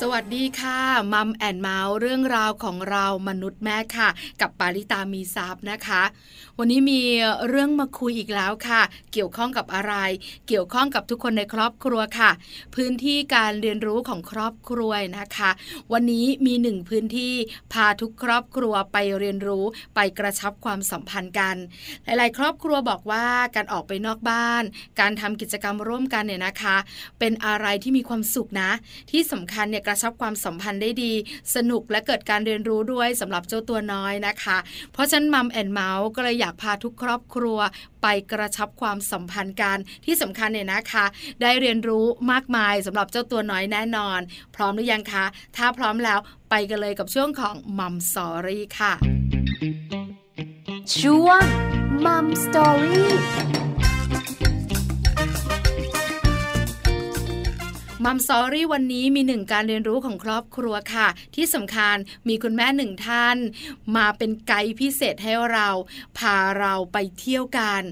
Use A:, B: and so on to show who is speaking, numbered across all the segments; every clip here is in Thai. A: สวัสดีค่ะมัมแอนเมาส์เรื่องราวของเรามนุษย์แม่ค่ะ กับปาริตามีซับนะคะ วันนี้มีเรื่องมาคุยอีกแล้วค่ะ เกี่ยวข้องกับอะไร เกี่ยวข้องกับทุกคนในครอบครัวค่ะ พื้นที่การเรียนรู้ของครอบครัวนะคะ วันนี้มีหนึ่งพื้นที่พาทุกครอบครัวไปเรียนรู้ไปกระชับความสัมพันธ์กัน หลาย ๆ ครอบครัวบอกว่าการออกไปนอกบ้าน การทำกิจกรรมร่วมกันเนี่ยนะคะ เป็นอะไรที่มีความสุขนะ ที่สำคัญเนี่ยกระชับความสัมพันธ์ได้ดี สนุกและเกิดการเรียนรู้ด้วยสำหรับเจ้าตัวน้อยนะคะ เพราะฉะนั้นมัมแอนเมาส์ก็เลยอยากพาทุกครอบครัว ไปกระชับความสัมพันธ์กันที่สำคัญเนี่ยนะคะ ได้เรียนรู้มากมายสำหรับเจ้าตัวน้อยแน่นอน พร้อมหรือยังคะ ถ้าพร้อมแล้วไปกันเลยกับช่วงของมัมสอรี่ค่ะ
B: ช่วงมัมสตอรี่
A: มัมซอรี่วันนี้มีหนึ่งการเรียนรู้ของครอบครัวค่ะ ที่สำคัญมีคุณแม่หนึ่งท่าน มาเป็นไกด์พิเศษให้เรา พาเราไปเที่ยวกัน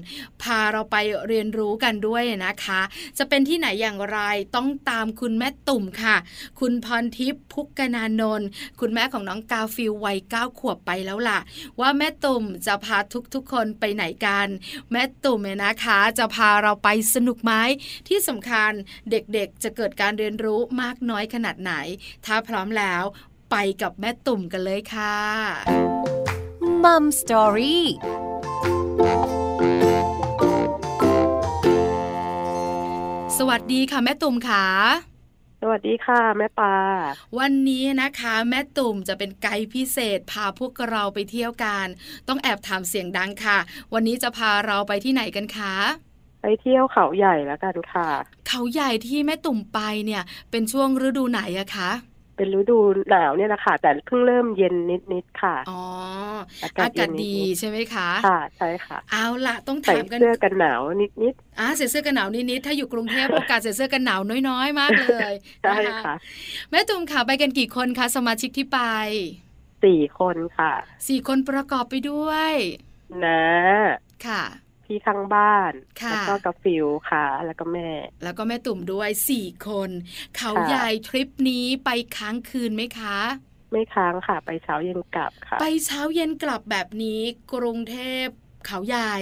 A: พาเราไปเรียนรู้กันด้วยนะคะ จะเป็นที่ไหนอย่างไรต้องตามคุณแม่ตุ่มค่ะ คุณพรทิพย์พุกกนานนท์คุณแม่ของน้องกาฟิลวัยเก้าขวบไปแล้วล่ะ ว่าแม่ตุ่มจะพาทุกๆคนไปไหนกัน แม่ตุ่มเนี่ยนะคะ จะพาเราไปสนุกไหม ที่สำคัญเด็กๆ จะเกิดการเรียนรู้มากน้อยขนาดไหน ถ้าพร้อมแล้วไปกับแม่ตุ่มกันเลยค่ะ
B: มัมสตอรี่
A: สวัสดีค่ะแม่ตุ่มค่ะ
C: สวัสดีค่ะ แม่ปลา
A: วันนี้นะคะ แม่ตุ่มจะเป็นไกด์พิเศษ พาพวกเราไปเที่ยวกัน ต้องแอบถามเสียงดังค่ะ วันนี้จะพาเราไปที่ไหนกันคะ
C: ไปเที่ยวเขาใหญ่แล้วกันค่ะ
A: เขาใหญ่ที่แม่ตุ่มไปเนี่ย เป็นช่วงฤดูไหนอะคะ
C: เป็นฤดูหนาวเนี่ยแหละค่ะ แต่เพิ่งเริ่มเย็นนิดๆค่ะ
A: อ๋อ
C: อา
A: อากาศ
C: เย็นนิ
A: ดีใช่ไหมคะ
C: ๆค่ะ ใช่ค่ะ
A: เอาละต้อง
C: ใส่
A: ถามกัน
C: เสื้อกันหนาวนิด
A: อ่าใส่เสื้อกันหนาวนิดๆถ้าอยู่กรุงเท พ โอกาสใส่เสื้อกันหนาวน้อยๆ มากเลย
C: ๆ ใช่
A: น
C: ค่ะ
A: แม่ตุ่มค่ะไปกันกี่คนคะสมาชิกที่ไป
C: สี่คนค่ะ
A: สี่คนประกอบไปด้วย
C: นะ
A: ค่ะ
C: พี่ข้างบ้าน
A: ค่ะ
C: แล้วก็กาฟิลค่ะ แล้วก็แม่
A: แล้วก็แม่ตุ่มด้วยสี่คน เขา
C: ค่ะ
A: ใหญ่ทริปนี้ไปค้างคืนไหมคะ
C: ไม่ค้างค่ะ ไปเช้าเย็นกลับค่ะ
A: ไปเช้าเย็นกลับแบบนี้กรุงเทพเขาใหญ่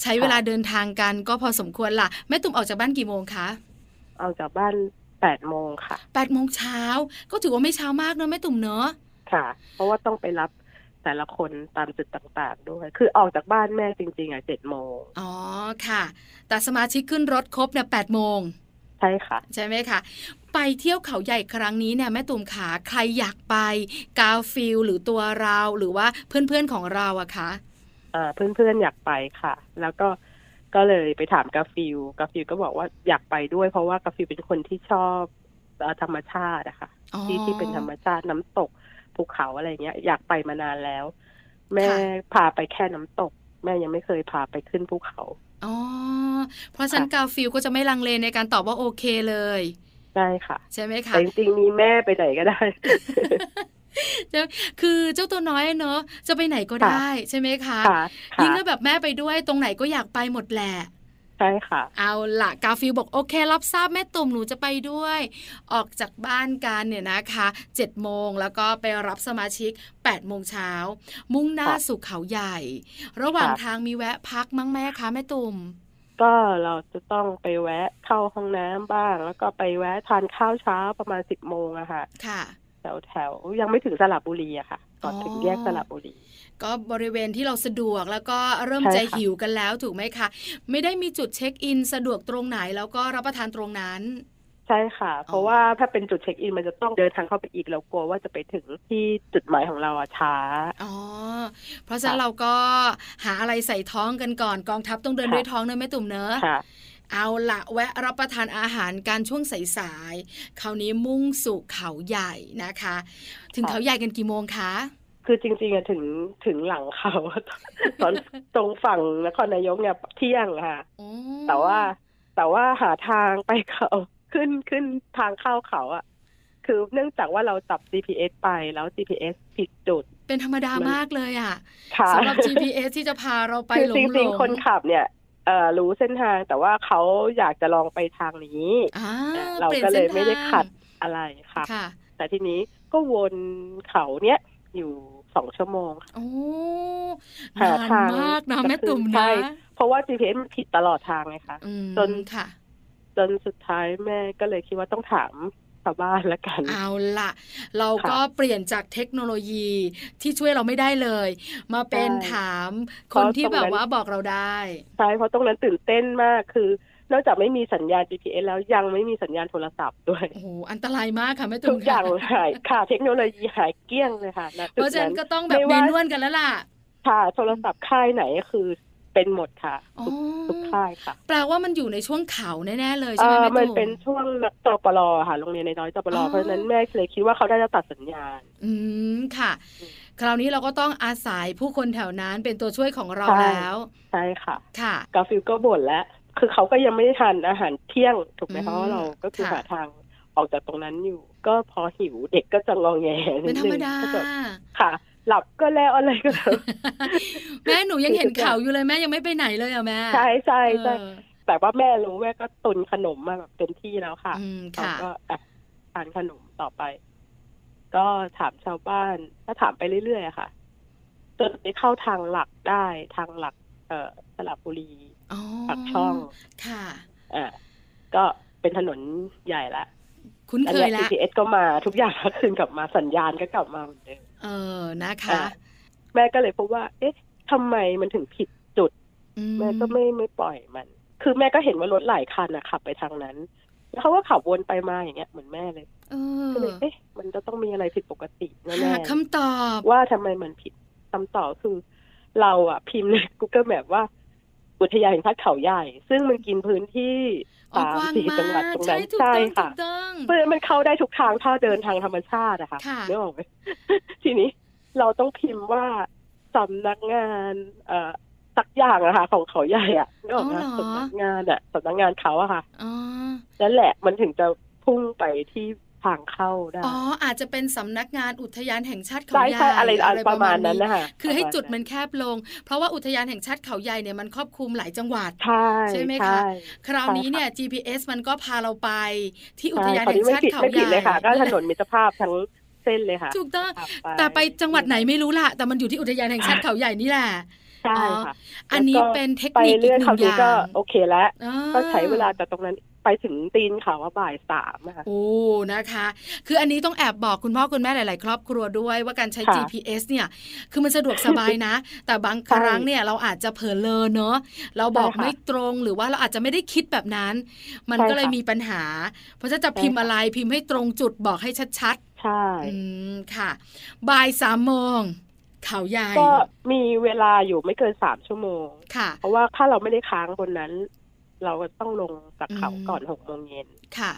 A: ใช้เวลาเดินทางกันก็พอสมควรล่ะแม่ตุ่มออกจากบ้านกี่โมงคะ
C: เอาจากบ้านแปดโมงค่ะ
A: แปดโมงเช้าก็ถือว่าไม่เช้ามากเนอะแม่ตุ่มเนอะ
C: ค่ะ เพราะว่าต้องไปรับแต่ละคนตามจุดต่างๆ ด้วย คือออกจากบ้านแม่จริงๆอ่ะเจ็ดโมง
A: อ๋อค่ะ แต่สมาชิกขึ้นรถครบเนี่ยแปดโมง
C: ใช่ค่ะ
A: ใช่ไหมคะ ไปเที่ยวเขาใหญ่ครั้งนี้เนี่ยแม่ตุ่มขาใครอยากไป กาฟิลหรือตัวเราหรือว่าเพื่อนๆของเราอะคะ
C: อ่าเพื่อนๆอยากไปค่ะ แล้วก็ก็เลยไปถามกาฟิลกาฟิลก็บอกว่าอยากไปด้วย เพราะว่ากาฟิลเป็นคนที่ชอบเอ่อธรรมชาติอะค่ะ
A: อ๋อ
C: ที่ที่เป็นธรรมชาติน้ำตกภูเขาอะไรเงี้ย อยากไปมานานแล้ว แม่
A: ค่ะ
C: พาไปแค่น้ำตก แม่ยังไม่เคยพาไปขึ้นภูเขา
A: อ๋อเพราะฉะนั้นกาฟิลก็จะไม่ลังเลในการตอบว่าโอเคเลย
C: ได้ค่ะ
A: ใช่ไหมคะ
C: แต่จริงๆมีแม่ไปไหนก็ได้
A: คือเจ้าตัวน้อยเนอะจะไปไหนก็
C: ค่ะ
A: ได้ใช่ไหมคะ
C: ค่ะ
A: ยิ่ง
C: ค่ะ
A: ถ้าแบบแม่ไปด้วยตรงไหนก็อยากไปหมดแหละ
C: ใช่ค่ะ
A: เอาละกาฟิลบอกโอเค รับทราบแม่ตุ่มหนูจะไปด้วย ออกจากบ้านกันเนี่ยนะคะ7จ็ดโมงแล้วก็ไปรับสมาชิก8ปดโมงเช้ามุ่งหน้า
C: ครับ
A: สู่เขาใหญ่ ระหว่าง
C: ครับ
A: ทางมีแวะพักมั้งแม่คะแม่ตุ่ม
C: ก็เราจะต้องไปแวะเข้าห้องน้ำบ้าง แล้วก็ไปแวะทานข้าวเช้าประมาณสิบโมงอะค่ะ
A: ค่ะ
C: แถวแถวยังไม่ถึงสระบุรีอะค่ะ ก่อน
A: อ๋อ
C: ถึงแยกสระบุรี
A: ก็บริเวณที่เราสะดวกแล้วก็เริ่ม
C: ใช่
A: ใจ
C: ค่ะ
A: หิวกันแล้วถูกไหมคะไม่ได้มีจุดเช็คอินสะดวกตรงไหนแล้วก็รับประทานตรงนั้น
C: ใช่ค่ะ เพราะว่าถ้าเป็นจุดเช็คอินมันจะต้องเดินทางเข้าไปอีกเรากลัวว่าจะไปถึงที่จุดหมายของเราอะช้า
A: อ๋อ เพราะฉะนั้น
C: ค่ะ
A: เราก็หาอะไรใส่ท้องกันก่อนกองทัพต้องเดิน
C: ค่ะ
A: ด้วยท้องเนอะแม่ตุ่มเนอะ
C: ค่ะ
A: เอาละแวะรับประทานอาหารการช่วงสายๆ คราวนี้มุ่งสู่เขาใหญ่นะคะ ถึง
C: ค่ะ
A: เขาใหญ่กันกี่โมงคะ
C: คือจริงๆอะถึงถึงหลังเขา ตอน ตรงฝั่งนครนายกเนี่ยเที่ยงค่ะ
A: โอ้
C: แต่ว่าแต่ว่าหาทางไปเขา ขึ้นขึ้นทางเข้าเขาอะคือเนื่องจากว่าเราจับ GPS ไปแล้ว GPS ผิดจุด
A: เป็นธรรมดา
C: มัน
A: มากเลยอะ
C: ค่ะ
A: สำหรับ GPS ที่จะพาเราไป
C: คือ
A: หล
C: จ
A: งหล
C: ริง
A: ง
C: ๆคนขับเนี่ย เอ่อรู้เส้นทางแต่ว่าเขาอยากจะลองไปทางนี้
A: อ่า
C: เรา
A: ปน
C: ก็เลย
A: ส้น
C: ไม่ได้
A: ทาง
C: ขัดอะไรค่ะ
A: ค่ะ
C: แต่ทีนี้ก็วนเขาเนี้ยอยู่สองชั่วโมงค่ะ
A: โอ้
C: หาน
A: าน
C: ทาง
A: มากนะ
C: จะ
A: แม่
C: ขึ้น
A: ตุ่ม
C: ใช่
A: นะ
C: เพราะว่า GPS มันผิดตลอดทางไงคะ
A: อืม
C: จน
A: ค่ะ
C: จนสุดท้ายแม่ก็เลยคิดว่าต้องถามชาวบ้านละกัน
A: เอาละเราก็เปลี่ยนจากเทคโนโลยีที่ช่วยเราไม่ได้เลย มาเป็น
C: ใช่
A: ถาม
C: เพ
A: ค
C: ราะ
A: นที่
C: ตรง
A: แบ
C: นั้
A: บ
C: น
A: ว่าบอกเราได้
C: ใช่เพราะตรงนั้นตื่นเต้นมากคือนอกจากไม่มีสัญญาณ GPS แล้วยังไม่มีสัญญาณโทรศัพท์ด้วย
A: โอ้โหอันตรายมากค่ะแม่ตุ่
C: ทุ
A: ม
C: กอย่าง
A: ค่ะ
C: หายค่ะ เทคโนโลยีหายเกลี้ยงเลยค่ะณจุ
A: เพ
C: ด
A: ราะฉะ
C: นั้
A: นั้น นก็ต้องแบบ
C: ไม่
A: เด
C: ว่า
A: นวนกันแล้วล่ะ
C: ค่ะ โทรศัพท์ค่ายไหนคือเป็นหมดค่ะ
A: อ๋อ
C: ทุกทุกค่ายค่ะ
A: แปลว่ามันอยู่ในช่วงเขาแน่ๆเลย
C: เอ
A: ใช่ไหม
C: อ
A: แม่
C: มัน
A: ตุ่ม
C: เป็นช่วงจปรค่ะโรงเรียนในน้อยจปร
A: อ๋อ
C: เพราะฉะนั้นแม่เลยคิดว่าเขาได้จะตัดสัญญาณ
A: อืมค่ะ
C: อืม
A: คราวนี้เราก็ต้องอาศัยผู้คนแถวนั้นเป็นตัวช่วยของเรา
C: ใช่
A: แล้ว
C: ใช่ค่ะ
A: ค่ะ
C: กาฟิลก็บ่นแล้วคือเขาก็ยังไม่ได้ทานอาหารเที่ยงถูกไหม
A: อืม
C: คะว่าเราก็คือ
A: ค่ะ
C: หาทางออกจากตรงนั้นอยู่ ก็พอหิวเด็กก็จะงองแงนิ
A: เป็น
C: ด
A: ธร
C: นึ
A: รม
C: ง
A: ดา
C: ก็จะค่ะ หลับก็แล้วอะไรก็แล้ว
A: แม่หนูยังเห็น
C: คือทุกอย่าง
A: ข่าวอยู่เลยแม่ยังไม่ไปไหนเลยอ่ะแม่
C: ใช่ใช่ใช่
A: เออ
C: แต่ว่าแม่รู้แม่ก็ตุนขนมมาแบบเต็มที่แล้วค่ะ
A: อืม
C: เรา
A: ค่ะ
C: ก็อ่ะทานขนมต่อไป ก็ถามชาวบ้านก็ถามไปเรื่อยๆอะค่ะจนไปเข้าทางหลักได้ทางหลัก เอ่อสระบุรี
A: อ๋อ
C: ปากช่อง
A: ค่ะ
C: อ่าก็เป็นถนนใหญ่ละ
A: คุ้น
C: นั่
A: เคน
C: แห
A: ย
C: ละ
A: ละ
C: GPS ก็มาทุกอย่างก็คืนกลับมาสัญญาณก็กลับมาเหมือนเดิม
A: เออนะคะ
C: อ่ะ แม่ก็เลยพบว่า เอ๊ะทำไมมันถึงผิดจุด
A: อื
C: แม่ก็ไม่ไม่ปล่อยมัน คือแม่ก็เห็นว่ารถหลายคันนะขับไปทางนั้น แล้วเขาก็ขับวนไปมาอย่างเงี้ยเหมือนแม่เลย
A: เอ
C: ก็เลย
A: อ
C: เอ๊ะ มันจะต้องมีอะไรผิดปกติแน่
A: หาคำตอบ
C: ๆว่าทำไมมันผิดคำตอบคือ เราอ่ะ พิมพ์ใน Google Map ว่า อุทยานแห่งชาติเขาใหญ่ ซึ่งมันกินพื้นที่
A: ออก
C: สาม
A: กว้าง
C: สี่
A: มา
C: จังหวัด
A: ก
C: ตรง
A: ใช่
C: นั้น
A: ถูก
C: ใช่
A: ต้องถู
C: ค่ะ
A: กต้อง
C: เพื่อมันเข้าได้ทุกทางถ้าเดินทางธรรมชาติอะค่ะ
A: ค่ะ
C: นึกออกไหม ทีนี้เราต้องพิมพ์ว่าสำนักงาน เอ่อสักอย่างอะค่ะของเขาใหญ่อะนึกออกไหม
A: อ๋อเหรอ
C: สำนักงานอะสำนักงานเขาอะค่ะ
A: อ๋อ
C: นั่นแหละมันถึงจะพุ่งไปที่ทางเข้าได้
A: อ๋ออาจจะเป็นสำนักงานอุทยานแห่งชาติเขา
C: ใช่
A: ใหญ่
C: ใช่อะไรอะไรประมาณนั้น
A: นี้
C: นะคะ
A: คือให้จุดมัน
C: ประาณ
A: แคบลง เพราะว่าอุทยานแห่งชาติเขาใหญ่เนี่ยมันครอบคลุมหลายจังหวัด
C: ใช่
A: ใช่ไหมคะ
C: ใช่
A: คราวนี้เนี่ย GPS มันก็พาเราไปที่อุ
C: ใช่
A: ทยาน
C: คราว
A: แห่ง
C: นี้ไม่
A: ชาติ
C: ผิด
A: เขา
C: ไม่
A: ให
C: ผิด
A: ญ่
C: เลยค่ะ ก็ถนนมิตรภาพทั้งเส้นเลยค่ะ
A: ถูกต้อง
C: ขับ
A: แต่ไปจังหวัดไหนไม่รู้ล่ะ แต่มันอยู่ที่อุทยานแห่งชาติเขาใหญ่นี่แหละ
C: ใช่
A: อ๋อ
C: ค่ะ
A: อันนี้
C: แล้วก็
A: เป็นเทค
C: ไป
A: นิคอี
C: เรื่
A: ก
C: อย
A: ห
C: ครา
A: นึ่งอ
C: วนี้
A: ย่าง
C: ก็โอเคแล้ว
A: อ่า
C: ก็ใช้เวลาจากตรงนั้นไปถึงตีนเขาว่าบ่ายสามนะคะ
A: โอ้นะคะ คืออันนี้ต้องแอบบอกคุณพ่อคุณแม่หลาย ๆ ครอบครัวด้วยว่าการใช้
C: ค่ะ
A: GPS เนี่ย คือมันสะดวกสบายนะ แต่บางครั้งเนี่ยเราอาจจะเผลอเลอเนอะเราบอก
C: ใช่ค่ะ
A: ไม่ตรงหรือว่าเราอาจจะไม่ได้คิดแบบนั้น มัน
C: ใช่
A: ก็เลย
C: ค่ะ
A: มีปัญหา เพราะฉะนั้นจะพิมพ์
C: ใช่ค่ะ
A: อะไรพิมพ์ให้ตรงจุดบอกให้ชัดๆ
C: ใช่
A: อืมค่ะบ่ายสามโมงเขาใหญ่
C: ก็มีเวลาอยู่ไม่เกินสามชั่วโมง
A: ค่ะ
C: เพราะว่าถ้าเราไม่ได้ค้างบนนั้น เราก็ต้องลงจากเขา
A: อืม
C: ก่อนหกโมงเย็น
A: ค่ะ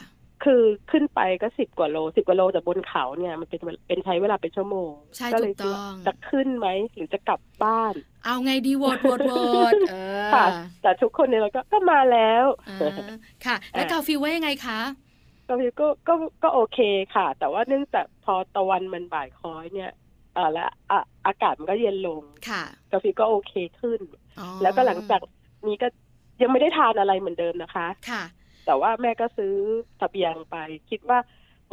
C: คือขึ้นไปก็สิบกว่าโลสิบกว่าโลแต่บนเขาเนี่ยมันเป็นเวลเป็นใช้เวลาเป็นชั่วโมง
A: ใช่
C: ก็เลย
A: ถูกต้อง
C: คิดว่าจะขึ้นไหมหรือจะกลับบ้าน
A: เอาไงดีโหวตโหวตโหวตเออ
C: ค่ะ แต่ทุกคนเนี่ยเราก็ก็มาแล้ว
A: อ่าค่ะ แล้ว
C: อ่ะ
A: กาฟิวว่ายังไงคะ
C: ก็คือก็ก็ก็โอเคค่ะ แต่ว่าเนื่องจากพอตะวันมันบ่ายคล้อยเนี่ยเออและอ่ะอากาศมันก็เย็นลง
A: ค่ะ
C: กาแฟก็โอเคขึ้น
A: อ๋อ
C: แล้วก็หลังจากนี้ก็ยังไม่ได้ทานอะไรเหมือนเดิมนะคะ
A: ค่ะ
C: แต่ว่าแม่ก็ซื้อเสเบียงไป คิดว่า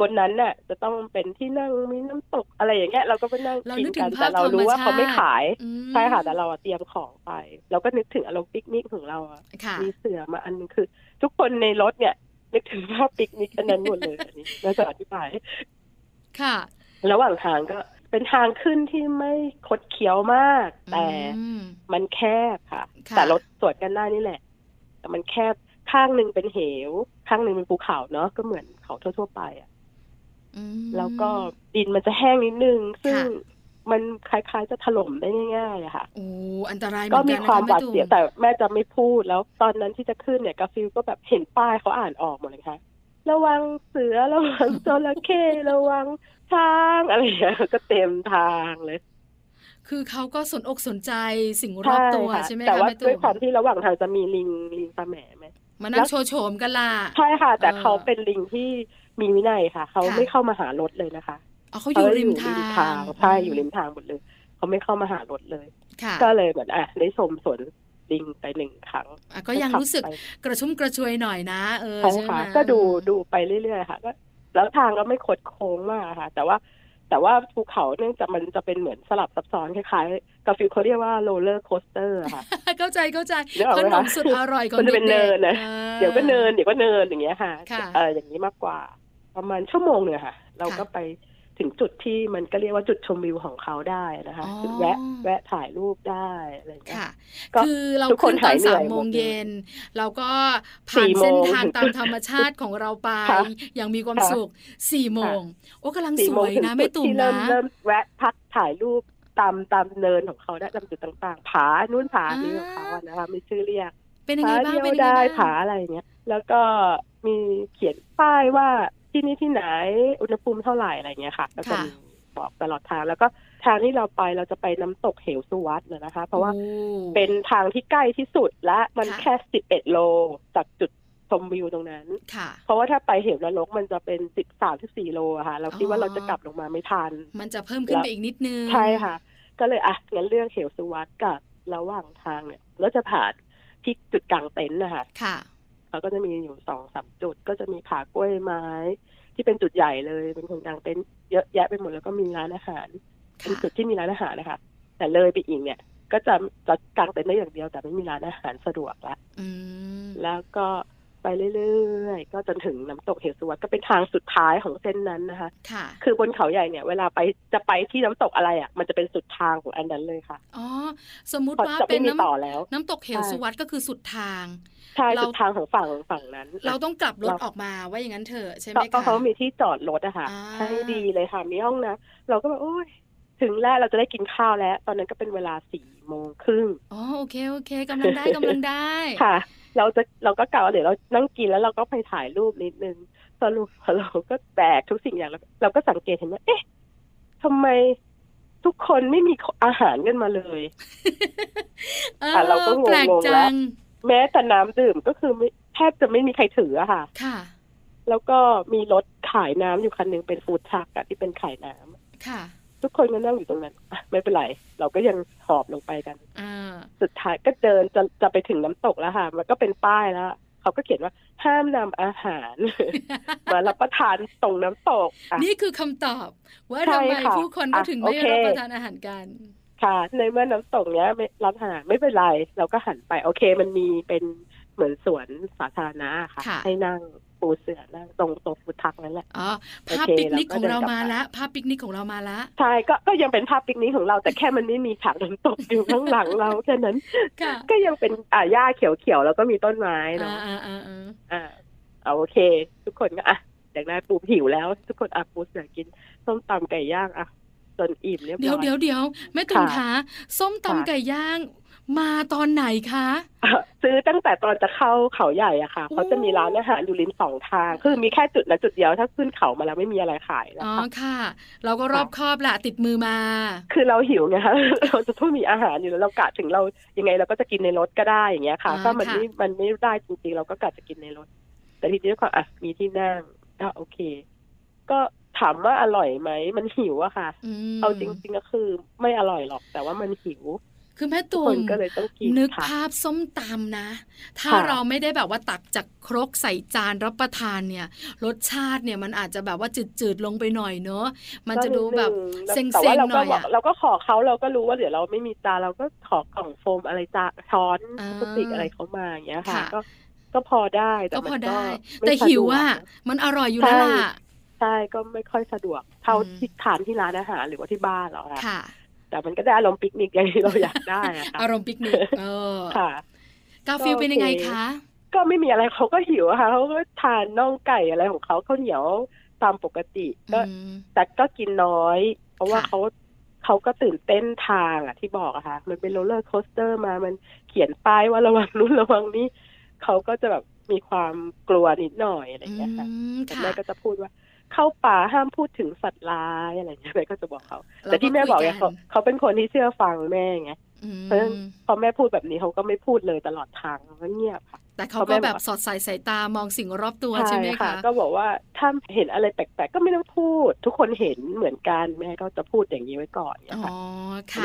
C: บนนั้นน่ะจะต้องเป็นที่นั่งมีน้ำตกอะไรอย่างเงี้ยเราก็ไปนั่ง
A: เรา
C: กิ
A: นึ
C: น
A: กถึ
C: กั
A: ง
C: นแต่
A: ภาพ
C: เรารู้ว่า
A: ธร
C: เขา
A: รมชาติ
C: ไม่ขาย
A: อืม
C: ใช่ค่ะ แต่เราอะเตรียมของไป เราก็นึกถึงอารมณ์ปิกนิกของเราอะ
A: ค่ะ
C: มีเสือมาอันนึงคือ ทุกคนในรถเนี่ยนึกถึงภาพปิกนิกอันนั้นหมดเลย อันนี้น่าจะอธิบาย
A: ค่ะ
C: ระหว่างทางก็เป็นทางขึ้นที่ไม่คดเคี้ยวมาก แต่
A: อืม
C: มันแคบค่ะ
A: ค่ะ
C: แต่รถสวนกันได้นี่แหละ แต่มันแคบข้างหนึ่งเป็นเหว ข้างหนึ่งเป็นภูเขาเนาะก็เหมือนเขาทั่วๆไปอะ
A: อืม
C: แล้วก็ดินมันจะแห้งนิดนึง ซึ่ง
A: ค่ะ
C: มันคล้ายๆจะถล่มได้ง่ายๆอะค่ะ
A: โอ้อันตรายเหมื
C: ก็
A: อน
C: มี
A: กันนะ
C: ความ
A: คะ
C: บา
A: แม่
C: ด
A: ตุ่
C: เสีย
A: ม
C: แต่แม่จะไม่พูดแล้วตอนนั้นที่จะขึ้นเนี่ยกาฟิลก็แบบเห็นป้ายเขาอ่านออกหมดเลยค่ะ ระวังเสือระวังจระเข้ระวังช้างอะไรอย่างเงี้ยก็เต็มทางเลย
A: คือเขาก็สนอกสนใจสิ่งรอบตัว
C: ค่ะ
A: ใช่ไหม
C: แต่
A: คะ
C: ว่า
A: แม่ตุ่
C: ด้วยความที่ระหว่างทางจะมีลิงลิงตาแหมไหม
A: มานั่
C: แล้
A: ง
C: ว
A: โชว์โฉมกันล่ะ
C: ใช่ค่ะ แต่
A: เออ
C: เขาเป็นลิงที่มีวินัยค่ะ เขา
A: ค่ะ
C: ไม่เข้ามาหารถเลยนะคะ
A: อ๋อเขาอยู่ริมทาง
C: ใช่อยู่ริมทางหมดเลย เขาไม่เข้ามาหารถเลย
A: ค่ะ
C: ก็เลยเหมือนอ่ะได้ชมสวน ลิงไปหนึ่งครั้ง
A: อ่ะก็ยังรู้สึก
C: ขับไป
A: กระชุ่มกระชวยหน่อยนะ เออ
C: ใช่
A: ใช่ไห
C: ค่ะ
A: ม
C: ก็ดูดูไปเรื่อยๆค่ะก็แล้วทางก็ไม่คดโค้งมากค่ะ แต่ว่าแต่ว่าภูเขาเนื่องจากมันจะเป็นเหมือนสลับซับซ้อนคล้ายๆกับฟิวเขาเรียกว่าโรลเลอร์โคสเตอร์ค่ะ
A: เข้าใจเข้าใจ
C: นึกออก
A: ข
C: ไหม
A: น
C: คะ
A: มสุดอร่อยของ
C: มันจะเป็น
A: ด็กๆ
C: เนินนะ
A: ออ
C: เดี๋ยวก็เนินเดี๋ยวก็เนินอย่างเงี้ยค่ะ
A: ค่ะ
C: เอออย่างนี้มากกว่า ประมาณชั่วโมงหนึ่งอะค่ะ เราก็
A: ค่ะ
C: ไปถึงจุดที่มันก็เรียกว่าจุดชมวิวของเขาได้นะคะ
A: อ๋อ
C: จุดแวะแวะถ่ายรูปได้อะไรอย่างเงี้ย
A: ค่ะ
C: ก็
A: คือเรา
C: ทุกค
A: ขึ้
C: น
A: นตอ
C: หาย
A: น
C: เหนื่
A: สา
C: อ
A: ม
C: ย
A: โม
C: ห
A: ง
C: มดเลย
A: เย็นเราก็ผ่าน
C: สี่โมง
A: เส้นทางตามธรรมชาติของเรา ไป
C: ค่ะ
A: อย่างมีความ
C: ค่ะ
A: สุขสี่โมง โอ้กำลัง
C: สี่
A: ส
C: โม
A: ว
C: ง
A: ย
C: ถึง
A: นะ
C: จุ
A: แม่
C: ด
A: ตุ่ม
C: ที่เริ่ม
A: นะ
C: เริ่มแวะพักถ่ายรูปตามตามเนินของเขาได้ตามจุดต่างๆ ผานู่นผา
A: อ่า
C: นี้ของเขาอะนะคะมีชื่อเรียก
A: เป็นยังไง
C: ผา
A: บ้าง
C: เดียว
A: เป็นยังไง
C: ได้
A: บ้าง
C: ผาอะไรอย่างเงี้ย แล้วก็มีเขียนป้ายว่าที่นี่ที่ไหนอุณหภูมิเท่าไหร่อะไรอย่างเงี้ยค่ะก็จะมีบอกตลอดทางแล้วก็ทางที่เราไปเราจะไปน้ำตกเหวสุวัตเลยนะคะ เพราะว่า
A: โอ้
C: เป็นทางที่ใกล้ที่สุดและมัน
A: ค่ะ
C: แค่ 11 โล จากจุดชมวิวตรงนั้น
A: ค่ะ
C: เพราะว่าถ้าไปเหวนรกมันจะเป็น 13 14 โลอะค่ะ เราคิดว่า
A: อ๋อ
C: เราจะกลับลงมาไม่ทัน
A: มันจะเพิ่มขึ้น
C: แล้ว
A: ไปอีกนิดนึง
C: ใช่ค่ะ ก็เลยอ่ะงั้นเลือกเหวสุวัสด์กับระหว่างทางเนี่ยเราจะผ่านที่จุดกลางเต็นท์นะคะ
A: ค่ะ
C: เขาก็จะมีอยู่สองสามจุด ก็จะมีผากล้วยไม้ ที่เป็นจุดใหญ่เลย เป็นคนกลางเต็นท์เยอะแยะไปหมดแล้วก็มีร้านอาหาร เป็น
A: ค่ะ
C: จุดที่มีร้านอาหารนะคะ แต่เลยไปอีกเนี่ย ก็จะจะกางเต็นท์ได้อย่างเดียว แต่ไม่มีร้านอาหารสะดวกละ
A: อืม
C: แล้วก็ไปเรื่อยๆ ก็จนถึงน้ำตกเหวสุวัสด์ก็เป็นทางสุดท้ายของเส้นนั้นนะคะ
A: ค่ะ
C: คือบนเขาใหญ่เนี่ย เวลาไปจะไปที่น้ำตกอะไรอ่ะ มันจะเป็นสุดทางของอันนั้นเลยค่ะ
A: อ๋อ สมมุติ
C: เขา
A: ว่า
C: จะ
A: เป็น
C: ไม่มี
A: น้
C: ต่อแล้ว
A: ำน้ำตกเหว
C: ใช่
A: สุวัสด์ก็คือสุดทาง
C: ใช่
A: เรา
C: สุดทางของฝั่งฝั่งนั้น
A: เราต้องกลับรถ
C: เรา
A: ออกมาว่าอย่างนั้นเถอะใช่ไหม
C: ก็
A: คะ
C: เขามีที่จอดรถอะค่ะ
A: อ่า
C: ให้ดีเลยค่ะ มีห้องนะเราก็แบบโอ้ยถึงแล้วเราจะได้กินข้าวแล้ว ตอนนั้นก็เป็นเวลาสี่โมงครึ่ง
A: อ๋อโอเคโอเคกำลังได้กำลังได้
C: ค่ะ เราจะเราก็กล่าวว่าเดี๋ยวเรานั่งกินแล้วเราก็ไปถ่ายรูปนิดนึงสรุป เราก็แบกทุกสิ่งอย่างแล้วเราก็สังเกตเห็นว่าเอ๊ะทำไมทุกคนไม่มีอาหารกันมาเลย
A: เออ
C: แต่เราก็งงๆ
A: แปลก
C: แล้
A: จั
C: ว
A: ง
C: แม้แต่น้ำดื่มก็คือไม่แทบจะไม่มีใครถืออะค่ะ
A: ค่ะ
C: แล้วก็มีรถขายน้ำอยู่คันหนึงเป็นฟู้ดทรัคอะที่เป็นขายน้ำ
A: ค่ะ
C: ทุกคนก็นั่งอยู่ตรงนั้น อ่ะไม่เป็นไร เราก็ยังหอบลงไปกัน
A: อ่า
C: สุดท้ายก็เดินจะจะไปถึงน้ำตกแล้วค่ะ มันก็เป็นป้ายแล้วเขาก็เขียนว่าห้ามนำอาหาร มารับประทานตรงน้ำตกอ่ะ
A: นี่คือคำตอบว่า
C: ใช่
A: ทำไม
C: ค่ะ
A: ผู้คนก็
C: อ่ะ
A: ถึง
C: โอ
A: ไม่
C: เค
A: รับประทานอาหารกัน
C: ค่ะ ในเมื่อน้ำตกเนี้ยไม่รับอาหารไม่เป็นไร เราก็หันไปโอเค มันมีเป็นเหมือนสวนสาธารณะค่ะ ให้นั่งปูเสื่อนั่งตรงตรงฟุตทักนั่นแหละ
A: อ๋อ
C: โอเค
A: ภาพปิกนิกของเรา
C: เราก็เดินกลับ
A: มาละ ภาพปิกนิกของเรามาละ
C: ใช่ก็ก็ยังเป็นภาพปิกนิกของเรา แต่แค่มันไม่มีฉากน้ำตกอยู่ข้างหลังเราแค่นั้น
A: ค่ะ
C: ก็ยังเป็นอ่าหญ้าเขียวๆแล้วก็มีต้นไม้เนาะ
A: อ่าอ่าอ่าอ่า
C: อ่าเอาโอเค ทุกคนก็อ่ะอยากได้ปูหิวแล้ว ทุกคนอ่ะปูอยากกินส้มตำไก่ย่างอ่ะจนอิ่มเรียบร้อย
A: เดี๋ยวเดี๋ยวเดี๋ยวแม่ตุ่มคะ
C: ค่ะ
A: ส้มตำไก่ย่าง มาตอนไหนคะ
C: อ่ะซื้อตั้งแต่ตอนจะเข้าเขาใหญ่อะค่ะ
A: โอ้
C: เขาจะมีร้านอาหารอยู่ริมสองทาง คือมีแค่จุดนะจุดเดียวถ้าขึ้นเขามาแล้วไม่มีอะไรขายแล้ว
A: อ๋อ
C: ค่ะ
A: ค่ะ เราก็รอบคอบละติดมือมา
C: คือเราหิวไงคะ เราจะต้องมีอาหารอยู่แล้วเรากะถึงเรายังไงเราก็จะกินในรถก็ได้อย่างเงี้ยค่ะ
A: อ่า
C: ถ้ามัน
A: ค่ะ
C: ไม่มันไม่ได้จริงๆเราก็กะจะกินในรถ แต่ทีนี้ด้วยความอ่ะมีที่นั่งอ่ะโอเค ก็ถามว่าอร่อยไหมมันหิวอะค่ะ
A: ม
C: เอาจริงๆก็คือไม่อร่อยหรอกแต่ว่ามันหิว
A: คือแม่
C: ทุ
A: ตุ่
C: กค
A: ม
C: นก็เลยต้องกิน
A: นึก
C: ค่ะ
A: ภาพส้มตำนะ ถ้า
C: ค่ะ
A: เราไม่ได้แบบว่าตักจากครกใส่จานรับประทานเนี่ย รสชาติเนี่ยมันอาจจะแบบว่าจืดๆลงไปหน่อยเนอะมันจะดูแบบ
C: ก็
A: เซ็
C: นิดนึงแล้วแต่
A: ๆห
C: ว่าง เราก็
A: น่อย
C: บอ
A: อ่ะ
C: กเราก็ขอเขาเราก็รู้ว่าเดี๋ยวเราไม่มีจานเราก็ขอกล่องโฟมอะไรจานช้อน
A: อ่า
C: พลาสติกอะไรเขามาอย่างเงี้ยค่ะ
A: ค่ะ
C: ก็ก็พอได้แต่
A: ก็
C: มัน
A: พอได้
C: ม่
A: แต่
C: สะดก
A: หิวอ่ะมันอร่อยอยู่แล้ว
C: ใช่
A: ล่ะ
C: ใช่ก็ไม่ค่อยสะดวกเท่า
A: อืม
C: ที่ทานที่ร้านอาหารหรือว่าที่บ้านเราค่ะ
A: ค่ะ
C: แต่มันก็ได้อารมณ์ปิกนิกอย่างที่เราอยากได้อะค่ะ
A: อารมณ์ปิกนิกเออ
C: ค่ะ
A: กาฟิล
C: ก็โอเค
A: เป็นยังไงคะ
C: ก็ไม่มีอะไรเขาก็หิวอะค่ะเขาก็ทานน่องไก่อะไรของเขาข้าวเหนียวตามปกติก็
A: อืม
C: แต่ก็กินน้อย เพราะว่า
A: ค่ะ
C: เขาเขาก็ตื่นเต้นทางอ่ะที่บอกอะค่ะ มันเป็นโรลเลอร์โคสเตอร์มามันเขียนป้ายว่า ระวังนู้นระวังนี้เขาก็จะแบบมีความกลัวนิดหน่อยอะไรอย่างเงี้ยค่ะ
A: อืม
C: แต่
A: ค่ะ
C: แม่ก็จะพูดว่า เข้าป่าห้ามพูดถึงสัตว์ร้ายอะไรอย่างเงี้ยแม่ก็จะบอกเขา แต่ที่แม่บอกเนี่ยเขาเขาเป็นคนที่เชื่อฟังแม่ไง
A: อืม
C: เพราะฉะนั้น พอแม่พูดแบบนี้เขาก็ไม่พูดเลยตลอดทางเขาก็เงียบค่ะ
A: แต่เขาก็แบบสอดสายสายตามองสิ่งรอบตัวใช่ไหมคะ
C: ก็บอกว่าถ้าเห็นอะไรแปลกๆก็ไม่ต้องพูด ทุกคนเห็นเหมือนกันแม่ก็จะพูดอย่างนี้ไว้ก่อนเนี่ย
A: อ๋อ
C: ค่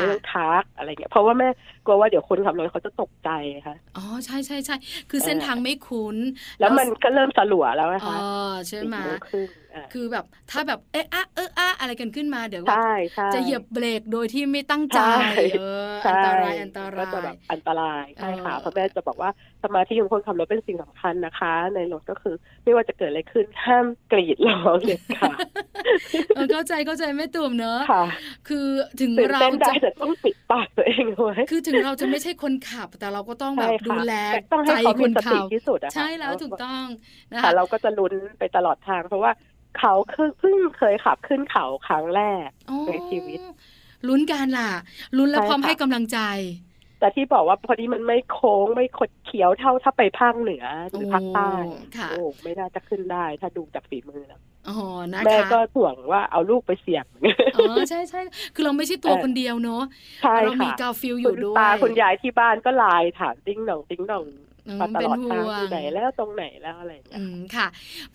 A: ค่ะ
C: ะไม่ต้องทักอะไรเงี้ยเพราะว่าแม่กลัวว่าเดี๋ยวคนขับรถเขาจะตกใจค่ะ
A: อ๋อ ใช่ใช่ใช่ คือ
C: เออ
A: เส้นทางไม่คุ้น
C: แล้วมันก็เริ่มสลัวแล้วนะ
A: เอ
C: คะ
A: อใช่
C: สี่
A: ไหม
C: โมงครึ่งอ่า
A: คือแบบถ้าแบบเอ๊ะอะเอ๊ะอะอะไรกันขึ้นมาเดี๋ยวแบบ
C: ใช่ใช่
A: จะเหยียบเบรกโดยที่ไม่ตั้งใจ
C: ใช่
A: เออ อัน
C: ใช่
A: ตราย อันต
C: ก็จะ
A: รา
C: แบ
A: ย
C: บอันตรายใช่ค่ะ
A: เออ
C: เพราะแม่จะบอกว่าสมาธิของคนขับรถเป็นสิ่งสำคัญนะคะ ในรถก็คือไม่ว่าจะเกิดอะไรขึ้นห้ามกรีดร้องเด็ดขาด
A: เออเข้าใจเข้าใจแม่ตุ่มเนอะ
C: ค่ะ
A: คือถึง
C: ตื่น
A: เรา
C: เต้นได้
A: จะ
C: แต่ต้องปิดปากตัวเองเอาไว้
A: คือถึงเราจะไม่ใช่คนขับ แต่เราก็ต้องแบ
C: ใช่
A: บ
C: ค่ะ
A: ดูแล
C: แต่ต้อง
A: ใจ
C: ให้เขา
A: ค
C: มี
A: น
C: สติ
A: ขับ
C: ที่สุดอะค่ะ
A: ใช่แล้วถูกต้องนะ
C: แต่
A: คะ
C: เราก็จะลุ้นไปตลอดทาง เพราะว่าเขาเพิ่งเพิ่งเคยขับขึ้นเขาครั้งแรก
A: อ๋อ
C: ในชีวิต
A: ลุ้นกันล่ะ ลุ้นและ
C: ใช่
A: พร้อม
C: ค่ะ
A: ให้กำลังใจ
C: แต่ที่บอกว่าพอดีมันไม่โค้งไม่คดเคี้ยวเท่าถ้าไปภาคเหนือหรือภาคใต้
A: โอ้ค่ะ
C: โอ้ไม่น่าจะขึ้นได้ถ้าดูจากฝีมือแล้ว
A: อ๋อนะ
C: แม่
A: คะ
C: ก็ห่วงว่าเอาลูกไปเสี่ยง
A: อ๋อใช่ใช่คือเราไม่ใช่ตัว
C: เออ
A: คนเดียวเนอะ
C: ใช่
A: เรามี
C: ค่ะ
A: กาฟิลอ
C: คุ
A: ยู่
C: ณ
A: ด้วย
C: ตาคุณยายที่บ้านก็ไลน์ถามติ้งหน่องติ้งหน่อง
A: อืม
C: มาต
A: เป็น
C: ลอดทาง
A: ห่ว
C: องยู่ไหนแล้วตรงไหนแล้วอะไรอย่างเงี้
A: อื
C: ย
A: มค่ะ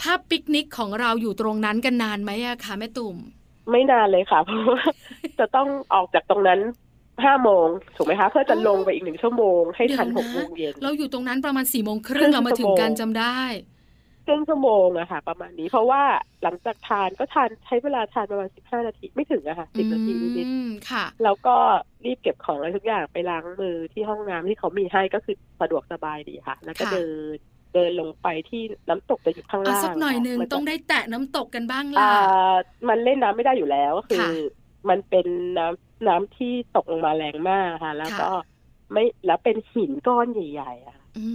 A: ภาพปิกนิกของเราอยู่ตรงนั้นกันนานไหมอะคะแม่ตุ่ม
C: ไม่นานเลยค่ะ เพราะว่า จะต้องออกจากตรงนั้นห้าโมงถูกไหมคะเพื่อจะลงไปอีกหนึ่งชั่วโมงให้ทันหกโมงเย็น
A: เราอยู่ตรงนั้นประมาณสี่โมงครึ่ง
C: ครึ่
A: เรา
C: ง
A: มาถึงกัน
C: ชั่
A: จำ
C: วโมง
A: ได้
C: ครึ่งชั่วโมงอะค่ะ ประมาณนี้เพราะว่าหลังจากทานก็ทานใช้เวลาทานประมาณสิบห้านาทีไม่ถึงอะค่ะสิบนาทีนิด
A: อืมค่ะ
C: ๆแล้วก็รีบเก็บของอะไรทุกอย่างไปล้างมือที่ห้องน้ำที่เขามีให้ก็คือสะดวกสบายดีค่ะ แล้วก็
A: ค่ะ
C: เดินเดินลงไปที่น้ำตกจะอยู่ข้าง
A: อ่ะ
C: ล่าง
A: สักหน่อยหนึ่ง
C: มัจะ
A: ต้องได้แตะน้ำตกกันบ้าง
C: อ่
A: ล่ะ
C: ามันเล่นน้ำไม่ได้อยู่แล้วก็คือ
A: ค่ะ
C: มันเป็นน้ำน้ำที่ตกลงมาแรงมากค่ะ แล้ว
A: ค่ะ
C: ก็ไม่แล้วเป็นหินก้อนใหญ่ๆอะค่ะ
A: อื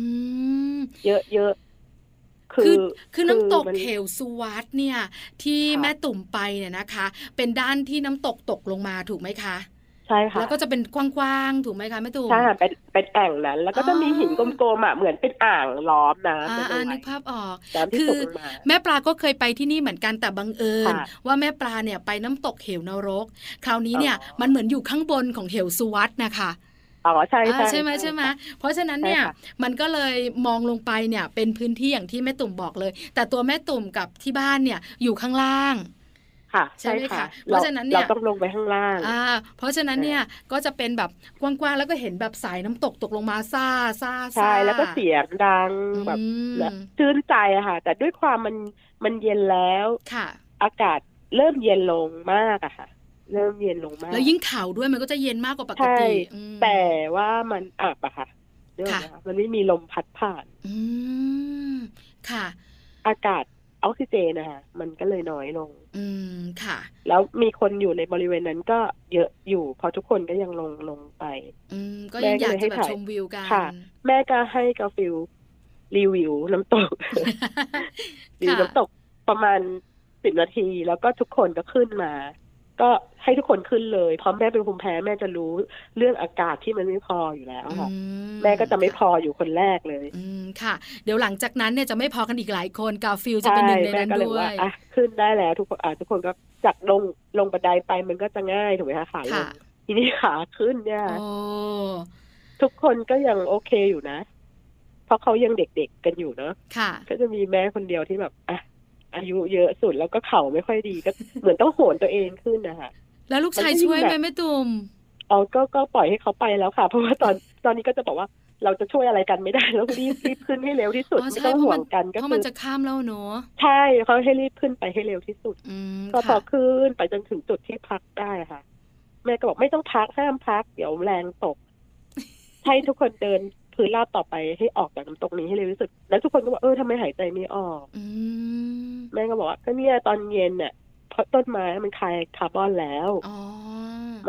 A: ม
C: เยอะๆคื
A: คือ
C: อ
A: คือน้ำตก
C: มัน
A: เหวสุวัสด์เนี่ย ที่
C: ค่ะ
A: แม่ตุ่มไปเนี่ยนะคะ เป็นด้านที่น้ำตกตกลงมาถูกไหมคะ
C: ใช่ค่ะ
A: แล้วก็จะเป็นกว้างๆถูกไหมคะแม่ตุ่ม
C: ใช่ค่ะเป็นเป็นแอ่งนั้น แล้วก็
A: อ๋
C: จะ
A: อ
C: มีหินกลมๆอ่ะเหมือนเป็นอ่างล้อมน้ำ
A: อ่า
C: เป็น
A: อ่า
C: เอาไว้
A: นึกภาพออก
C: น้ำที่
A: คือ
C: ตกลงมา
A: แม่ปลาก็เคยไปที่นี่เหมือนกันแต่บังเอิญ
C: ค่ะ
A: ว่าแม่ปลาเนี่ยไปน้ำตกเหวนรก คราวนี้เนี่ย
C: อ๋อ
A: มันเหมือนอยู่ข้างบนของเหวสุวัสด์นะคะ
C: อ๋อใช่
A: อ่า
C: ใช่
A: ใช่ไหมใช่ไหมเพราะฉะนั้นเนี่ย
C: ใช่ค่ะ
A: มันก็เลยมองลงไปเนี่ยเป็นพื้นที่อย่างที่แม่ตุ่มบอกเลย แต่ตัวแม่ตุ่มกับที่บ้านเนี่ยอยู่ข้างล่าง
C: ค่ะ
A: ใช่ไหมคะเพ
C: เรา
A: ราะฉะนั้นเนี่ย
C: เราต้องลงไปข้างล่าง
A: อ่าเพราะฉะนั้นเนี่ยก็จะเป็นแบบกว้างๆแล้วก็เห็นแบบสายน้ำตกตกลงมาซ่าซ่าซ่า
C: ใช่แล้วก็เสียงดังแบบ
A: อืม
C: และชื่นใจอะค่ะ แต่ด้วยความมันมันเย็นแล้ว
A: ค่ะ
C: อากาศเริ่มเย็นลงมากอะค่ะ เริ่มเย็นลงมาก
A: แล้วยิ่งเขาด้วยมันก็จะเย็นมากกว่าปก
C: ใช่
A: ติอืม
C: แต่ว่ามันอับอะค่ะเรื่อง
A: ค่ะ
C: มันไม่มีลมพัดผ่าน
A: อืมค่ะ
C: อากาศออกซิเจนนะคะมันก็เลยน้อยลง
A: อืมค่ะ
C: แล้วมีคนอยู่ในบริเวณนั้นก็เยอะอยู่เพอทุกคนก็ยังลงลงไป
A: อืมก็ยัง
C: แม่
A: อ
C: ก็
A: ยาก
C: เลยให้
A: จะแบบ
C: ถ่าย
A: ชมวิวกัน
C: ค่ะ แม่ก็ให้กาฟิลรีวิวน้ำต ก รีวิวน้ำตกประมาณสิบนาที แล้วก็ทุกคนก็ขึ้นมา ก็ให้ทุกคนขึ้นเลยเพราะแม่เป็นภูมิแพ้แม่จะรู้เรื่องอากาศที่มันไม่พออยู่แล้ว
A: อื
C: ค่ะแม่ก็จะไม่พออยู่คนแรกเลย
A: อืมค่ะ เดี๋ยวหลังจากนั้นเนี่ยจะไม่พอกันอีกหลายคนกาฟิลจะเป็นหนึ่งใน
C: แม่
A: นั้น
C: ก็เลย
A: ด้ว
C: ว่าย อ่ะขึ้นได้แล้ว ทุกคนอ่ะทุกคนก็จากลงลงบันไดไปมันก็จะง่ายถูกไหมคะขาลง
A: ค่ะ
C: ทีนี้ขาขึ้นเนี่ย
A: โอ้
C: ทุกคนก็ยังโอเคอยู่นะ เพราะเขายังเด็กๆกันอยู่เนาะ
A: ค่ะ
C: ก็จะมีแม่คนเดียวที่แบบอ่ะอายุเยอะสุดแล้วก็เข่าไม่ค่อยดีก็ เหมือนต้องโหนตัวเองขึ้นนะคะ
A: แล้วลูกชายช่วยไหมแม่ตุ่ม
C: เอาก็ก็ปล่อยให้เขาไปแล้วค่ะ เพราะว่าตอนตอนนี้ก็จะบอกว่าเราจะช่วยอะไรกันไม่ได้ แล้วรีบรีบขึ้นให้เร็วที่สุด
A: อ๋อใช่
C: ไม่ต้องห่วงกันก็
A: เพราะ
C: คื
A: มัน
C: อ
A: จะข้ามแล้วเนอะ
C: ใช่เขาให้รีบขึ้นไปให้เร็วที่สุด
A: อืม
C: ก็พอ
A: ค่ะ
C: ขึ้นไปจนถึงจุดที่พักได้ค่ะ แม่ก็บอกไม่ต้องพักห้ามพัก เดี๋ยวแรงต ก ให้ทุกคนเดินพื้นราบต่อไปให้ออกจากน้ำตกนี้ให้เร็วที่สุด แล้วทุกคนก็บอกเออทำไมหายใจไม่ออก
A: อืม
C: แม่ก็บอกว่าก็เนี่ยตอนเย็นเนี่ยเพราะต้นไม้มันคายคาร์บอนแล้ว
A: อ๋อ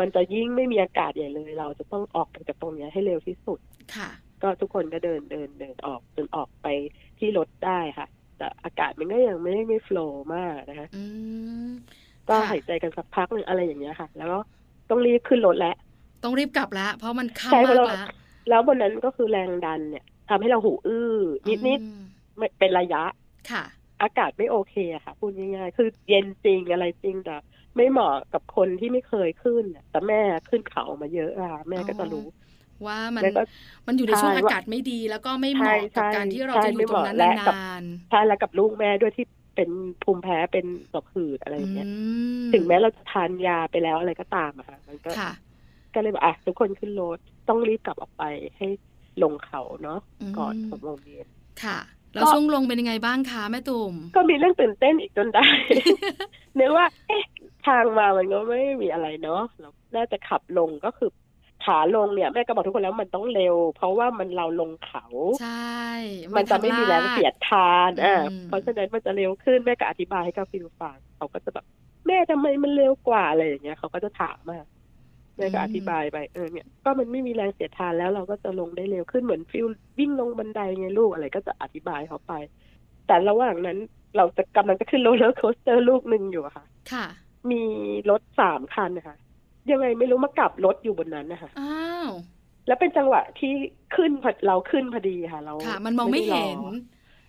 C: มันจะยิ่งไม่มีอากาศใหญ่เลย เราจะต้องออกไปจากตรงเนี้ยให้เร็วที่สุด
A: ค่ะ
C: ก็ทุกคนก็เดินเดินเดินออกจนออกไปที่รถได้ค่ะ แต่อากาศมันก็ยังไม่ไม่โฟล์มากนะคะ
A: อืม
C: ก็
A: ค่ะ
C: หายใจกันสักพักหนึ่งอะไรอย่างเงี้ยค่ะ แล้วก็ต้องรีบขึ้นรถแล้ว
A: ต้องรีบกลับแล้ว เพราะมันข้าม
C: ใช่
A: มา
C: เพ
A: ก
C: ราะเรา
A: แล้ว
C: แล้วบนนั้นก็คือแรงดันเนี่ยทำให้เราหูอื้อ นิดนิด
A: อืม
C: ๆไม่เป็นระยะ
A: ค่ะ
C: อากาศไม่โอเคอะค่ะพูดง่ายๆ คือเย็นจริงอะไรจริงแต่ไม่เหมาะกับคนที่ไม่เคยขึ้นน่ะแต่แม่ขึ้นเขามาเยอะอะค่ะแม่ก็จะรู้
A: ว่ามัน
C: แล้วก็
A: มันอยู่ในช่วง
C: ใช่ว่าก
A: อาาศไม่ดี แล้วก็ไม่เหมาะกับ
C: ใช่
A: การที่เรา
C: ใช่
A: จะอยู่ตรงนั้น
C: ไม่เหมาะและกับ
A: นาน
C: ใช่แล้วกับลูกแม่ด้วยที่เป็นภูมิแพ้เป็นตกหืดอะไร
A: ๆ
C: อ
A: อื
C: ย่างเงี้ย
A: ม
C: ถึงแม้เราจะทานยาไปแล้วอะไรก็ตามอะค่ะมันก็
A: ค่ะ
C: ก็เลยบอกอ่ะทุกคนขึ้นรถต้องรีบกลับออกไปให้ลงเขาเนาะ
A: อืม
C: ก่อนหกโมงเย็น
A: ค่ะ แล้ว
C: ก็
A: ช่วงลงเป็นยังไงบ้างคะแม่ตุ่ม
C: ก็มีเรื่องตื่นเต้นอีกจน ได้ นึกว่า เอ๊ะ ทางมามันก็ไม่มีอะไรเนาะเราน่าจะขับลงก็คือขาลงเนี่ยแม่ก็บอกทุกคนแล้วมันต้องเร็ว เพราะว่ามันเราลงเขา
A: ใช่
C: มันจะ
A: ทำ
C: ไม่มีแรง
A: ลาก
C: เสียดทานอ่า
A: อืม
C: เพราะฉะนั้นมันจะเร็วขึ้นแม่ก็อธิบายให้กับฟิลฟังเขาก็จะแบบแม่ทำไมมันเร็วกว่าอะไรอย่างเงี้ยเขาก็จะถามมาแม่ก็อธิบายไปเออเนี่ยก็มันไม่มีแรงเสียดทานแล้วเราก็จะลงได้เร็วขึ้นเหมือนฟิลวิ่งลงบันไดไงลูกอะไรก็จะอธิบายเขาไป แต่ระหว่างนั้นเราจะกำลังจะขึ้นโรลเลอร์โคสเตอร์ลูกหนึ่งอยู่อะค่ะ
A: ค่ะ
C: มีรถสามคันนะคะยังไงไม่รู้มากลับรถอยู่บนนั้นนะคะ
A: อ้าว
C: แล้วเป็นจังหวะที่ขึ้นพอเราขึ้นพอดีค่ะ เรา
A: ค่ะ มันมองไม่เห็น
C: ด้รอ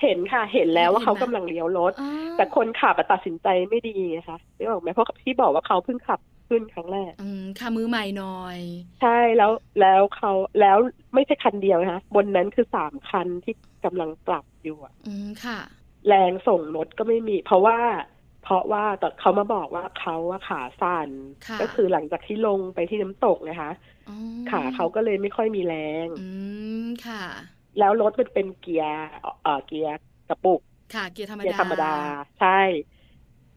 C: เห็นค่ะ เห็นแล้วว่า
A: เห็น
C: เขา
A: นะ
C: กำลังเลี้ยวรถ
A: อ้าว
C: แต่คนขับอะตัดสินใจไม่ดีไงคะไม่บอกไหมเพราะที่บอกว่าเขาเพิ่งขับขึ้นครั้งแรก
A: อืมค่ะมือใหม่หน่อย
C: ใช่แล้วแล้วเขาแล้วไม่ใช่คันเดียวนะคะบนนั้นคือสามคันที่กำลังกลับอยู่อะ
A: อืมค่ะ
C: แรงส่งรถก็ไม่มี เพราะว่า เพราะว่าตอนเขามาบอกว่าเขาอะขาสั่น
A: ค่ะ
C: ก็คือหลังจากที่ลงไปที่น้ำตกนะคะ
A: อ๋อ
C: ขาเขาก็เลยไม่ค่อยมีแรง
A: อืมค่ะ
C: แล้วรถมันเป็นเกียร์เอ่อเกียร์กระปุก
A: ค่ะ เกียร์ธรรม
C: เกีย
A: ดา
C: ร์ธรรมดาใช่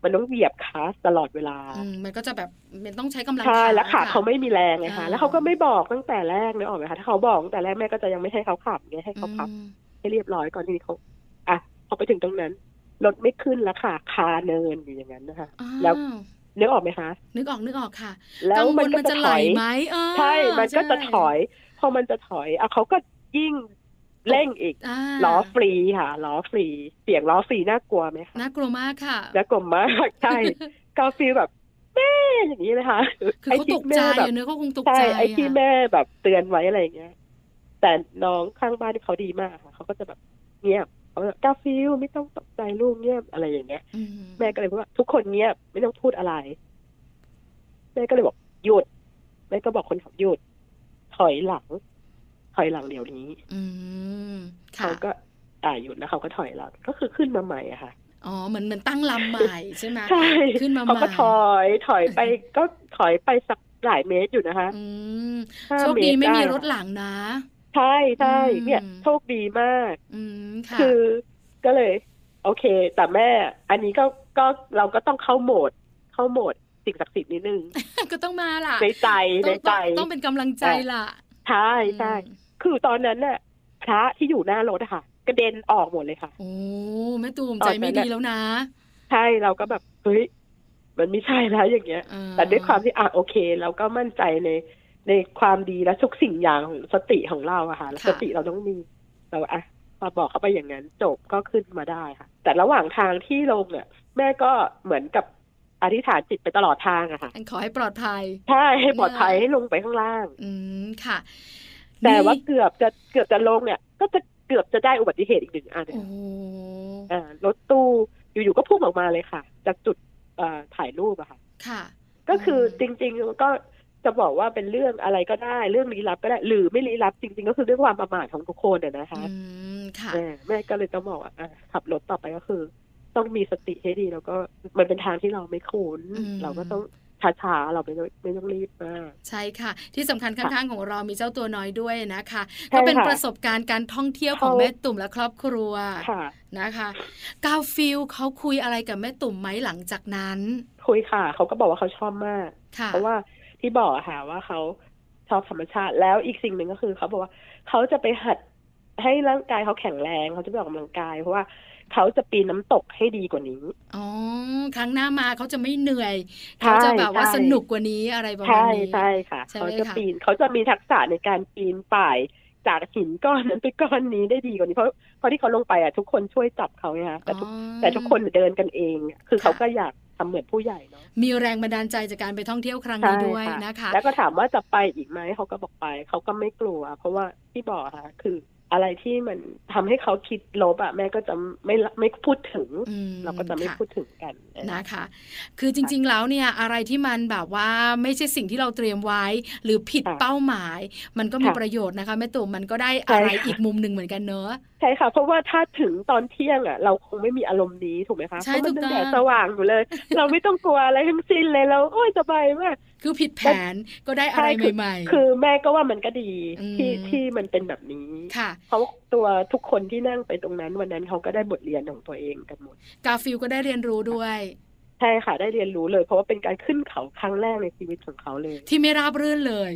C: มันต้องเหยียบคลาสตลอดเวลา
A: อืมมันก็จะแบบมันต้องใช้กำลัง
C: ใช่
A: ขา
C: แล้วขา
A: ค่ะ
C: เขาไม่มีแรงไง
A: อ่า
C: คะแล้วเขาก็ไม่บอกตั้งแต่แรกนึกออกไหมคะถ้าเขาบอกตั้งแต่แรกแม่ก็จะยังไม่ให้เขาขับไงให้เขาพับ
A: อืม
C: ให้เรียบร้อยก่อนทีนี้เขาอ่ะพอไปถึงตรงนั้นรถไม่ขึ้นแล้วค่ะคาเนินอยู่อย่างนั้นนะคะ
A: อ้า
C: แล้ว นึกออกไหมคะ
A: นึกออกนึกออกค่ะ
C: แล้ว
A: กังว
C: มัน
A: ล
C: ก็
A: มัน
C: จะ
A: จะ
C: ถ
A: ไหล
C: อย
A: ไหมเออ
C: ใช่มันก็จะ
A: ใช่
C: ถอยพอมันจะถอยอ่ะเขาก็ยิ่งเร่งอีก
A: า
C: ล้อฟรีค่ะล้อฟรีเสียงล้อฟรีน่ากลัวไหมคะ
A: น่ากลัวมากค่ะ
C: น่ากลัวมากใช่ กาฟิลแบบแม่อย่างนี้เลยค่ะ
A: คือ
C: ไอ้
A: เขาต
C: ที่
A: กใจ
C: แม่แบบ
A: เนอะเขาคงตก
C: ใช่
A: ใจ
C: ไอ้ที่
A: ค่ะ
C: แม่แบบเตือนไว้อะไรอย่างเงี้ย แต่น้องข้างบ้านที่เขาดีมากค่ะเขาก็จะแบบเงียบเขาแบบกาฟิลไม่ต้องตกใจลูกเงียบอะไรอย่างเงี้ย
A: อื
C: แม่ก็เลยพูดว่าทุกคนเงียบไม่ต้องพูดอะไรแม่ก็เลยบอกหยุดแม่ก็บอกคนขับหยุด ถอยหลัง ถอยหลังเดี๋ยวนี้
A: อืมค่ะ
C: เขาก็อ่าหยุดแล้วเขาก็ถอยหลังก็คือขึ้นมาใหม่อะค่ะ
A: อ๋อเหมือนเหมือนตั้งลำใหม่ใช่ไหม
C: ใช่
A: ขึ้นมาให
C: เขา
A: ม่
C: ก็ถอยถอย ไป ก็ถอยไปสักหลายเมตรอยู่นะคะ
A: อืม
C: ห้า
A: โชค
C: เต
A: ดี
C: ร
A: ไม่มี
C: ด้
A: รถหลังนะ
C: ใช่ใช่
A: อืม
C: เนี่ย โชคดีมาก
A: อืมค่ะ
C: คือก็เลย โอเค แต่แม่ อันนี้ก็ก็เราก็ต้องเข้าโหมด เข้าโหมดสิ่งศักดิ์สิทธิ์นิดนึง
A: ก็ต้องมาล่ะ
C: ในใจใน
A: ต้อง
C: ใจ
A: ต้องต้องเป็นกำลังใจล่ะ
C: ใช่ใช่
A: อืม
C: คือตอนนั้นน่ะพระที่อยู่หน้ารถอะค่ะกระเด็นออกหมดเลยค่ะ
A: โอ้แม่ตูม
C: ตอน
A: ใจ
C: นั้น
A: ไม่
C: น่ะ
A: ดีแล้วนะ
C: ใช่เราก็แบบเฮ้ยมันไม่ใช่แล้วอย่างเงี้ย
A: เออ
C: แต่ด้วยความที่อ่ะโอเคเราก็มั่นใจในในความดีและทุกสิ่งอย่างของสติของเราอะค่ะสติเราต้องมีเราอะพอบอกเขาไปอย่างนั้นจบก็ขึ้นมาได้ค่ะ แต่ระหว่างทางที่ลงเนี่ยแม่ก็เหมือนกับอธิษฐานจิตไปตลอดทางอะค่ะ
A: ขอให้ปลอดภัย
C: ใช่ให้ปลอดภัย
A: เนี่ย
C: ให้ลงไปข้างล่าง
A: อืมค่ะ
C: แต่ว่า
A: นี่
C: เกือบจะเกือบจะลงเนี่ย ก็จะเกือบจะได้อุบัติเหตุอีกหนึ่งอัน
A: โอ้โห
C: อ่ารถตู้อยู่ๆก็พุ่งออกมาเลยค่ะ จากจุดเอ่อถ่ายรูปอะค่ะ
A: ค่ะ
C: ก็คือ
A: อื
C: จ
A: ม
C: ริงๆก็จะบอกว่าเป็นเรื่องอะไรก็ได้ เรื่องลี้ลับก็ได้ หรือไม่ลี้ลับจริง ๆ ก็คือเรื่องความประมาทของทุกคนอะนะคะ
A: อืมค่ะ
C: เออแม่ก็เลยต้องบอกว่าอ่ะขับรถต่อไปก็คือ ต้องมีสติให้ดีแล้วก็มันเป็นทางที่เราไม่คุ้น
A: อืม
C: เราก็ต้องช้าๆเราไม่ต้องไม่ต้องรีบมาก
A: ใช่ค่ะ ที่สำคัญข้างๆของเรามีเจ้าตัวน้อยด้วยนะคะ
C: ใช่
A: ก็เป็น
C: ค่ะ
A: ประสบการณ์การท่องเที่ยวของ
C: เขา
A: แม่ตุ่มและครอบครัว
C: ค่ะ
A: นะคะกาฟิลเขาคุยอะไรกับแม่ตุ่มไหมหลังจากนั้น
C: คุยค่ะ เขาก็บอกว่าเขาชอบมาก
A: ค่ะ
C: เพราะว่าที่บอกอะค่ะว่าเขาชอบธรรมชาติ แล้วอีกสิ่งหนึ่งก็คือเขาบอกว่าเขาจะไปหัดให้ร่างกายเขาแข็งแรงเขาจะไปออกกำลังกาย เพราะว่าเขาจะปีนน้ำตกให้ดีกว่านี้
A: อ๋อครั้งหน้ามาเขาจะไม่เหนื่อย
C: ใช่
A: เขาจะแบบว่า
C: ใช่
A: สนุกกว่านี้อะไรประมา
C: ใช่
A: ณนี้
C: ใช่ค่ะ
A: ใช่ไหม
C: เขาจะ
A: คะ
C: ปีนเขาจะมีทักษะในการปีนป่ายจากหินก้อนนั้นไปก้อนนี้ได้ดีกว่านี้เพราะเพราะที่เขาลงไปอ่ะทุกคนช่วยจับเขาไงคะแต่ทุก
A: อ๋อ
C: แต่ทุกคนเดินกันเอง คือ
A: ค่ะ
C: เขาก็อยากทำเหมือนผู้ใหญ่เนาะ
A: มีแรงบันดาลใจจากการไปท่องเที่ยวครั้ง
C: ใช่
A: นี้ด้วย
C: ค่ะ
A: นะคะ
C: แล้วก็ถามว่าจะไปอีกไหมเขาก็บอกไปเขาก็ไม่กลัว เพราะว่าที่บอกอะค่ะคือ อะไรที่มันทำให้เขาคิดลบอะแม่ก็จะไม่ละไม่พูดถึง
A: อืม
C: เราก็จะไม่
A: ค่
C: พูดถึงกันเออ
A: นะคะ คือจริงๆ แล้วเนี่ยอะไรที่มันแบบว่าไม่ใช่สิ่งที่เราเตรียมไว้ หรือผิด
C: ค่ะ
A: เป้าหมาย มันก็มี
C: ค่ะ
A: ประโยชน์นะคะแม่ตุ่มมันก็ได้อะไร
C: ใช่ค่ะ
A: อีกมุมหนึ่งเหมือนกันเนอะ
C: ใช่ค่ะ เพราะว่าถ้าถึงตอนเที่ยงอ่ะ เราคงไม่มีอารมณ์นี้ถูกไหมคะ
A: ใช่
C: เพราะมั
A: ถูก
C: น
A: ต้อง
C: ยังแดดสว่างอยู่เลย เราไม่ต้องกลัวอะไรทั้งสิ้นเลยเราโอ้ยสบายมาก
A: คือผิดแผนก็ได้อะไร
C: ใช่คือ
A: ใหม่
C: คือแม่ก็ว่ามันก็ดี
A: อืม
C: ที่ที่มันเป็นแบบนี้
A: ๆ ค่ะ
C: เพราะตัวทุกคนที่นั่งไปตรงนั้น วันนั้นเขาก็ได้บทเรียนของตัวเองกันหมด
A: กาฟิลก็ได้เรียนรู้ด้วย
C: ใช่ค่ะ ได้เรียนรู้เลย เพราะว่าเป็นการขึ้นเขาครั้งแรกในชีวิตของเขาเลย
A: ที่ไม่ราบรื่นเลย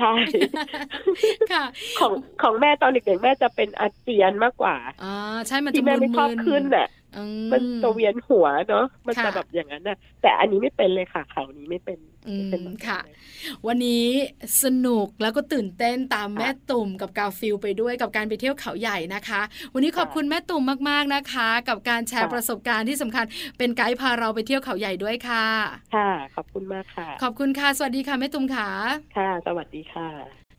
C: ใช่
A: ค่ะ
C: ของของแม่ตอนเด็กๆแม่จะเป็นอาเจียนมากกว่า
A: อ่าใช่มันจะ
C: ที่แม่ไม่ชอบ
A: ๆ
C: ขึ้นน่ะ
A: อื
C: มันจะเวียนหัวเนาะมันจะ
A: ค่ะ
C: แบบอย่างนั้นน่ะ แต่อันนี้ไม่เป็นเลยค่ะเขานี้ไม่เป็น
A: อืม
C: ไม่เป็นแบบนั้น
A: ค่ะ
C: เลย
A: วันนี้สนุกแล้วก็ตื่นเต้นตาม
C: ค่ะ
A: แม่ตุ่มกับกาฟิลไปด้วยกับการไปเที่ยวเขาใหญ่นะคะ วันนี้ขอบ
C: ค่ะ
A: คุณแม่ตุ่มมากๆนะคะ กับการแชร์
C: ค่ะ
A: ประสบการณ์ที่สำคัญเป็นไกด์พาเราไปเที่ยวเขาใหญ่ด้วยค่ะ
C: ค่ะ ขอบคุณมากค่ะ
A: ขอบคุณค่ะ สวัสดีค่ะแม่ตุ่มค่ะ
C: ค่ะ สวัสดีค่ะ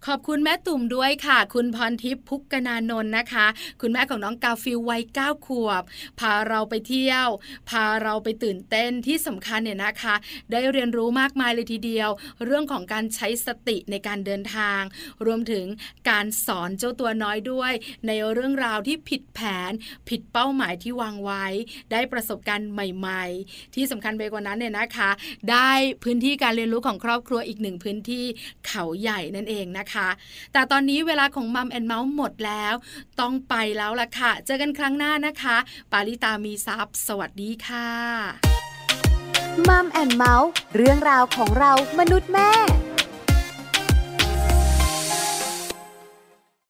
A: ขอบคุณแม่ตุ่มด้วยค่ะ คุณพรทิพย์พุกกนานนท์นะคะ คุณแม่ของน้องกาฟิลวัย9ขวบ พาเราไปเที่ยว พาเราไปตื่นเต้นที่สำคัญเนี่ยนะคะ ได้เรียนรู้มากมายเลยทีเดียว เรื่องของการใช้สติในการเดินทาง รวมถึงการสอนเจ้าตัวน้อยด้วย ในเรื่องราวที่ผิดแผน ผิดเป้าหมายที่วางไว้ ได้ประสบการณ์ใหม่ ๆ ที่สำคัญไปกว่านั้นเนี่ยนะคะ ได้พื้นที่การเรียนรู้ของครอบครัวอีกหนึ่งพื้นที่เขาใหญ่นั่นเองนะคะ แต่ตอนนี้เวลาของมัมแอนเมาส์หมดแล้ว ต้องไปแล้วล่ะค่ะ เจอกันครั้งหน้านะคะ ปาริตามีซัพ์สวัสดีค่ะ
B: มัมแอนเมาส์เรื่องราวของเรามนุษย์แม่